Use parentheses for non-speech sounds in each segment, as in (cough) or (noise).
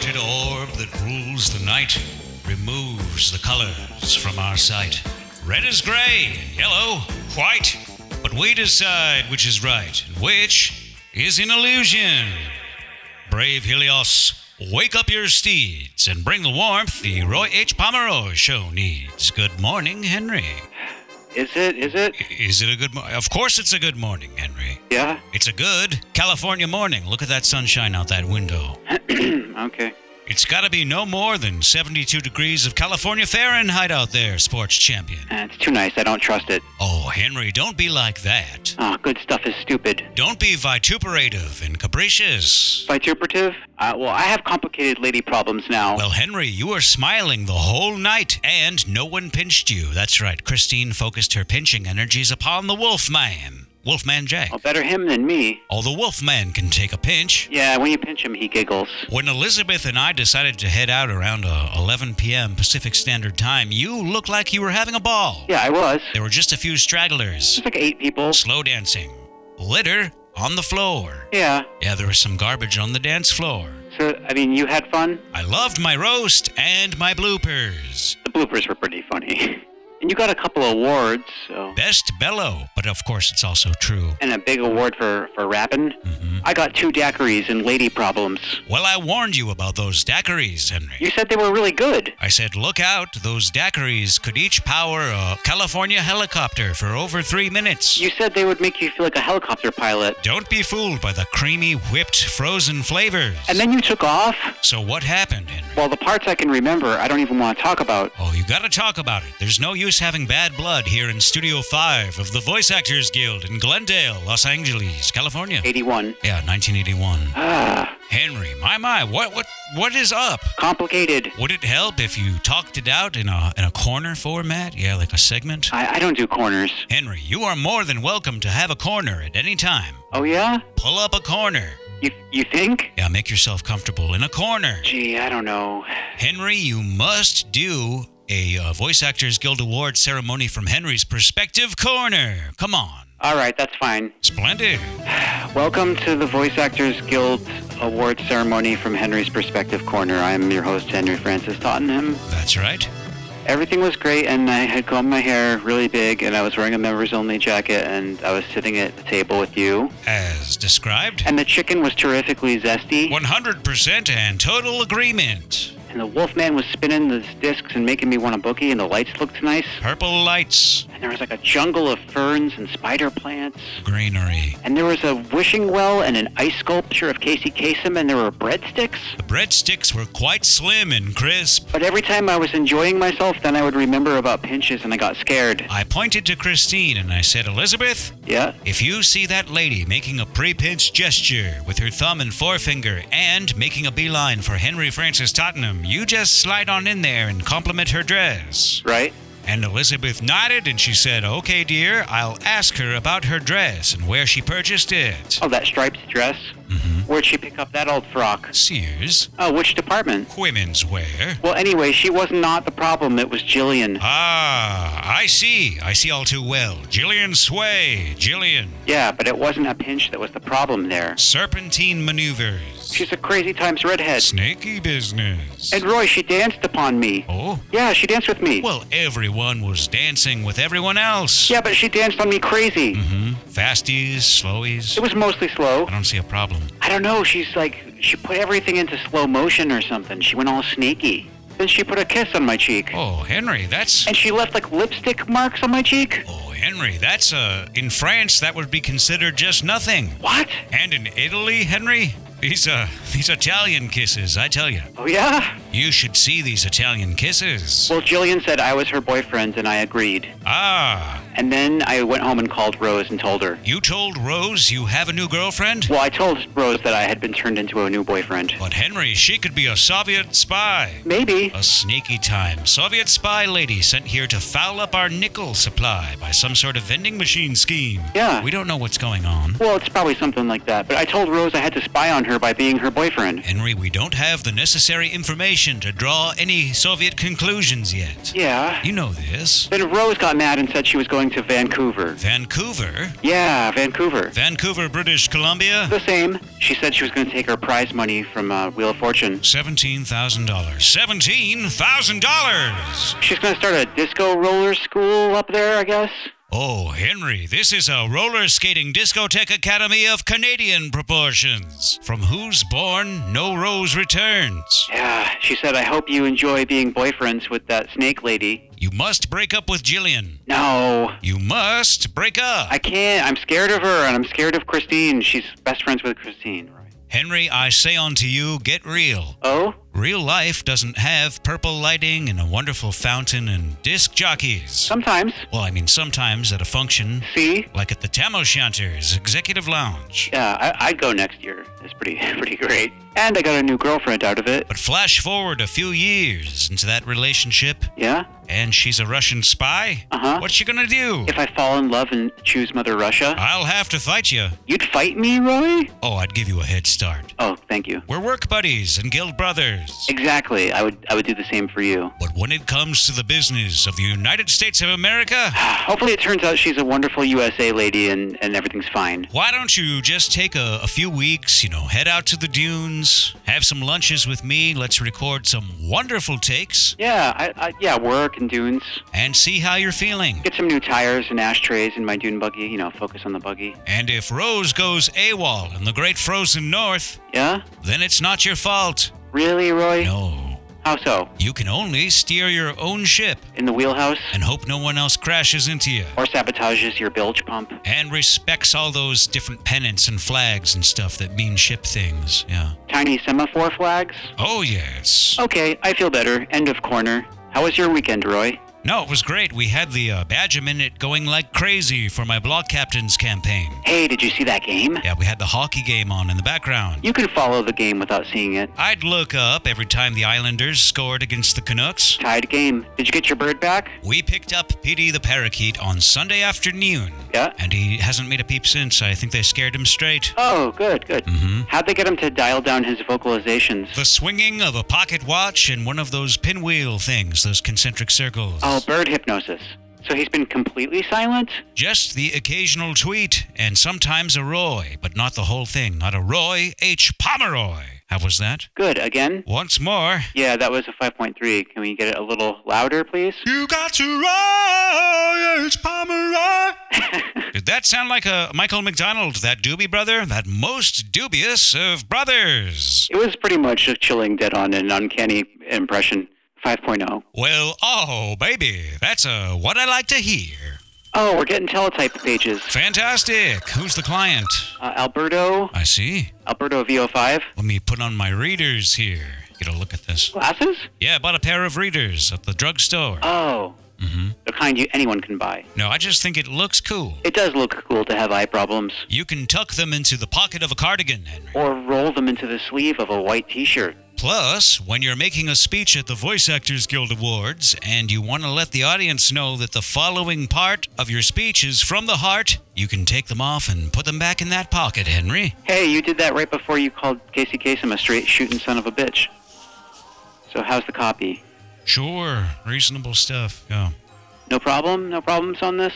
orb that rules the night removes the colors from our sight. Red is gray, yellow, white, but we decide which is right and which is an illusion. Brave Helios, wake up your steeds and bring the warmth the Roy H. Pomeroy show needs. Good morning, Henry. Is it? Is it? Is it a good morning? Of course, it's a good morning, Henry. Yeah. (clears throat) It's a good California morning. Look at that sunshine out that window. okay. It's got to be no more than 72 degrees of California Fahrenheit out there, sports champion. Uh, it's too nice. I don't trust it. Oh, Henry, don't be like that. Ah, good stuff is stupid. Don't be vituperative and capricious. Vituperative? Uh, well, I have complicated lady problems now. Well, Henry, you were smiling the whole night, and no one pinched you. That's right, Christine focused her pinching energies upon the Wolfman, Wolfman Jack. Well, better him than me. Oh, the Wolfman can take a pinch. Yeah, when you pinch him, he giggles. When Elizabeth and I decided to head out around uh, 11 p.m. Pacific Standard Time, you looked like you were having a ball. Yeah, I was. There were just a few stragglers, There's like eight people. slow dancing, litter on the floor. Yeah. Yeah, there was some garbage on the dance floor. So, I mean, you had fun? I loved my roast and my bloopers. The bloopers were pretty funny. (laughs) and you got a couple awards, so. Best bellow, but of course it's also true. And a big award for, for rapping. hmm I got two daiquiris and lady problems. Well, I warned you about those daiquiris, You Henry. said they were really good. I said, look out, those daiquiris could each power a California helicopter for over three minutes. You said they would make you feel like a helicopter pilot. Don't be fooled by the creamy, whipped, frozen flavors. And then you took off? so what happened, Henry? Well, the parts I can remember, I don't even want to talk about. Oh, you gotta talk about it. There's no use having bad blood here in Studio 5 of the Voice Actors Guild in Glendale, Los Angeles, California. 81. Yeah, 1981. Ah, Henry, my my, what what what is up? complicated. Would it help if you talked it out in a in a corner format? Yeah, like a segment. I, I don't do corners. Henry, you are more than welcome to have a corner at any time. Oh, yeah? Pull up a corner. You, you think? Yeah, make yourself comfortable in a corner. Gee, I don't know. Henry, you must do a uh, Voice Actors Guild Award ceremony from Henry's perspective corner. Come on. All right, that's fine. Splendid. Welcome to the Voice Actors Guild Award Ceremony from Henry's Perspective Corner. I am your host, Henry Francis Tottenham. That's right. Everything was great, and I had combed my hair really big, and I was wearing a members only jacket, and I was sitting at the table with you. As described. And the chicken was terrifically zesty, 100% and total agreement. and the wolfman was spinning those discs and making me want a bookie, and the lights looked nice. Purple lights. And there was like a jungle of ferns and spider plants. Greenery. And there was a wishing well and an ice sculpture of Casey Kasem, and there were breadsticks. The breadsticks were quite slim and crisp. But every time I was enjoying myself, then I would remember about pinches and I got scared. I pointed to Christine and I said, Elizabeth, Yeah? if you see that lady making a pre pinch gesture with her thumb and forefinger and making a beeline for Henry Francis Tottenham, you just slide on in there and compliment her dress. Right? And Elizabeth nodded and she said, Okay, dear, I'll ask her about her dress and where she purchased it. Oh, that striped dress? hmm Where'd she pick up that old frock? Sears, Oh, which department? women's wear. Well, anyway, she was not the problem, it was Jillian. Ah, I see. I see all too well. Jillian Sway. Jillian. Yeah, but it wasn't a pinch that was the problem there. Serpentine maneuvers. She's a crazy times redhead. Snaky business. And Roy, she danced upon me. oh? Yeah, she danced with me. Well, everyone was dancing with everyone else. Yeah, but she danced on me crazy. hmm Fasties, It slowies. was mostly slow. I don't see a problem. I don't know. She's like, she put everything into slow motion or something. She went all sneaky. Then she put a kiss on my cheek. Oh, Henry, that's. And she left like lipstick marks on my cheek. Oh, Henry, that's, uh. In France, that would be considered just nothing. What? And in Italy, Henry? These, uh. These Italian kisses, I tell you. Oh, yeah? You should see these Italian kisses. Well, Jillian said I was her boyfriend, and I agreed. Ah, And then I went home and called Rose and told her. you told Rose you have a new girlfriend? Well, I told Rose that I had been turned into a new boyfriend. But Henry, she could be a Soviet spy. Maybe. A sneaky time. Soviet spy lady sent here to foul up our nickel supply by some sort of vending machine scheme. Yeah. We don't know what's going on. Well, it's probably something like that. But I told Rose I had to spy on her by being her boyfriend. Henry, we don't have the necessary information to draw any Soviet conclusions yet. Yeah. You know this. Then Rose got got mad and said she was going to Vancouver. Vancouver? Yeah, Vancouver. Vancouver, British Columbia? The same. She said she was going to take her prize money from uh, Wheel of Fortune. $17,000. $17,000! She's going to start a disco roller school up there, I guess. Oh, Henry, this is a roller skating discotheque academy of Canadian proportions. From whose born, no rose returns. Yeah, she said, I hope you enjoy being boyfriends with that snake lady. You must break up with Jillian. No, You must break up. I can't. I'm scared of her, and I'm scared of Christine. She's best friends with Christine, right? Henry, I say unto you, get real. Oh? Real life doesn't have purple lighting and a wonderful fountain and disc jockeys. Sometimes. Well, I mean, sometimes at a function, See? like at the Tam O'Shanter's Executive Lounge. Yeah, I, I'd go next year. It's pretty, (laughs) pretty great. And I got a new girlfriend out of it. But flash forward a few years into that relationship, Yeah? and she's a Russian spy? Uh-huh. What's she gonna do? If I fall in love and choose Mother Russia, I'll have to fight you. you'd fight me, Roy? Oh, I'd give you a head start. Oh, thank you. We're work buddies and guild brothers. Exactly. I would, I would do the same for you. (sighs) But when it comes to the business of the United States of America, Hopefully, it turns out she's a wonderful USA lady and, and everything's fine. Why don't you just take a, a few weeks, you know, head out to the dunes, have some lunches with me, let's record some wonderful takes, Yeah, I, I, yeah, work and dunes. and see how you're feeling. Get some new tires and ashtrays in my dune buggy. You know, focus on the buggy. And if Rose goes AWOL in the great frozen north, Yeah? then it's not your fault. Really, Roy? No. How so? You can only steer your own ship In the wheelhouse? and hope no one else crashes into you Or sabotages your bilge pump? and respects all those different pennants and flags and stuff that mean ship things. Yeah. Tiny semaphore flags? Oh, yes. Okay, I feel better. End of corner. How was your weekend, Roy? No, it was great. We had the uh, badge a minute going like crazy for my block captain's campaign. Hey, did you see that game? Yeah, we had the hockey game on in the background. You can follow the game without seeing it. I'd look up every time the Islanders scored against the Canucks. Tied game. Did you get your bird back? We picked up Petey the parakeet on Sunday afternoon, Yeah. and he hasn't made a peep since. I think they scared him straight. Oh, good, good. hmm How'd they get him to dial down his vocalizations? The swinging of a pocket watch and one of those pinwheel things, those concentric circles. Oh, bird hypnosis. So he's been completely silent? Just the occasional tweet, and sometimes a Roy, but not the whole thing. Not a Roy H. Pomeroy. How was that? Good, again? Once more. Yeah, that was a 5.3. Can we get it a little louder, please? You got to Roy H. Pomeroy. Did that sound like a Michael McDonald, that doobie brother, that most dubious of brothers? It was pretty much a chilling, dead on, and uncanny impression. 5.0. Well, oh, baby, that's uh, what I like to hear. Oh, we're getting teletype pages. Fantastic. Who's the client? Uh, Alberto, I see. Alberto VO5. Let me put on my readers here. Get a look at this. Glasses? Yeah, I bought a pair of readers at the drugstore. Oh, hmm the kind you anyone can buy. No, I just think it looks cool. It does look cool to have eye problems. You can tuck them into the pocket of a cardigan, Henry. Or roll them into the sleeve of a white t-shirt. Plus, when you're making a speech at the Voice Actors Guild Awards and you want to let the audience know that the following part of your speech is from the heart, you can take them off and put them back in that pocket, Henry. Hey, you did that right before you called Casey Kasem a straight shooting son of a bitch. So how's the copy? Sure, reasonable stuff. Yeah. No problem? No problems on this?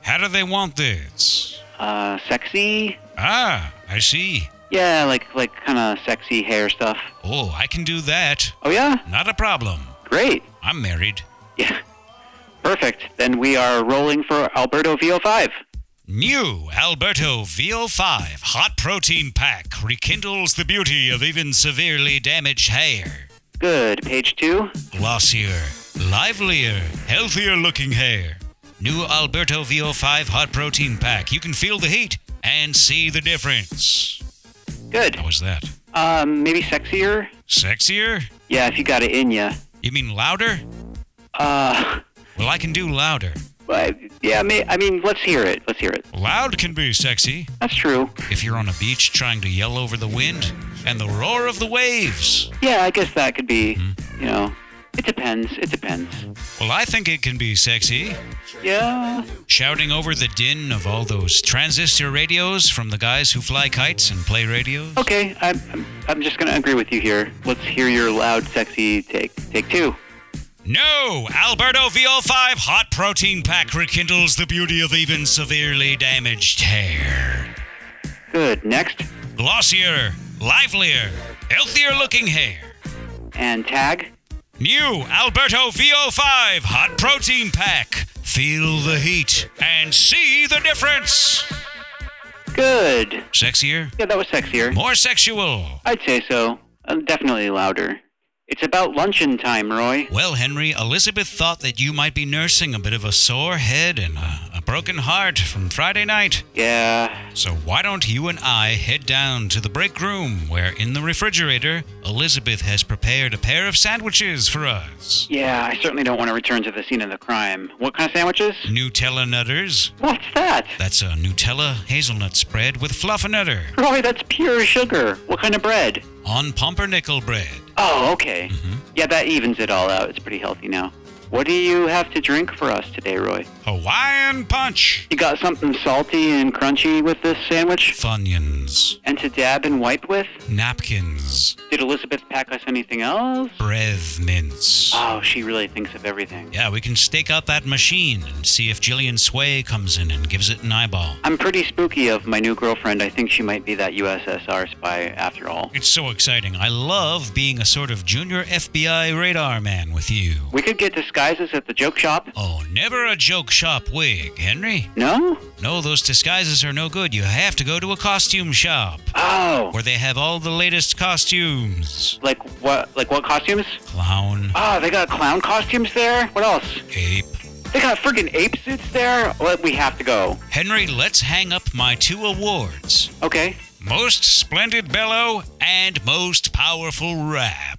How do they want this? Uh, sexy? Ah, I see. Yeah, like like kind of sexy hair stuff. Oh, I can do that. Oh yeah, Not a problem. great. (laughs) I'm married. Yeah, perfect. Then we are rolling for Alberto VO5. New Alberto VO5 Hot Protein Pack rekindles the beauty of even severely damaged hair. Good. Page two. glossier, livelier, healthier looking hair. New Alberto VO5 Hot Protein Pack. You can feel the heat and see the difference. Good. How was that? Um, maybe sexier. Sexier? Yeah, if you got it in ya. You mean louder? Uh, (laughs) Well, I can do louder. but yeah, may, I mean, let's hear it. Let's hear it. Loud can be sexy That's true. if you're on a beach trying to yell over the wind and the roar of the waves. Yeah, I guess that could be. You know, it depends. It depends. Well, I think it can be sexy Yeah. shouting over the din of all those transistor radios from the guys who fly kites and play radios. Okay. I'm I'm, I'm just gonna agree with you here. Let's hear your loud, sexy take. Take two. No! Alberto VO5 Hot Protein Pack rekindles the beauty of even severely damaged hair. Good. Next. Glossier, livelier, healthier looking hair. And tag. New Alberto VO5 Hot Protein Pack. Feel the heat and see the difference. Good. Sexier? Yeah, that was sexier. More sexual. I'd say so. Uh, definitely louder. It's about luncheon time, Roy. Well, Henry, Elizabeth thought that you might be nursing a bit of a sore head and a, a broken heart from Friday night. Yeah. So why don't you and I head down to the break room where in the refrigerator, Elizabeth has prepared a pair of sandwiches for us. Yeah, I certainly don't want to return to the scene of the crime. What kind of sandwiches? Nutella Nutters. What's that? That's a Nutella hazelnut spread with fluffernutter Roy, that's pure sugar. What kind of bread? on pumpernickel bread. Oh, okay. Yeah, that evens it all out. It's pretty healthy now. What do you have to drink for us today, Roy? Hawaiian punch. You got something salty and crunchy with this sandwich? Funyuns. And to dab and wipe with? Napkins. Did Elizabeth pack us anything else? Breath mints. Oh, she really thinks of everything. Yeah, we can stake out that machine and see if Jillian Sway comes in and gives it an eyeball. I'm pretty spooky of my new girlfriend. I think she might be that USSR spy after all. It's so exciting. I love being a sort of junior FBI radar man with you. We could get disguises at the joke shop. Oh, never a joke shop wig, Henry. No? No, those disguises are no good. You have to go to a costume shop Oh. where they have all the latest costumes. Like what like what costumes? Clown, Oh, they got clown costumes there? What else? ape. They got friggin' ape suits there? Well, we have to go. Henry, let's hang up my two awards Okay. Most Splendid Bellow and Most Powerful Rap.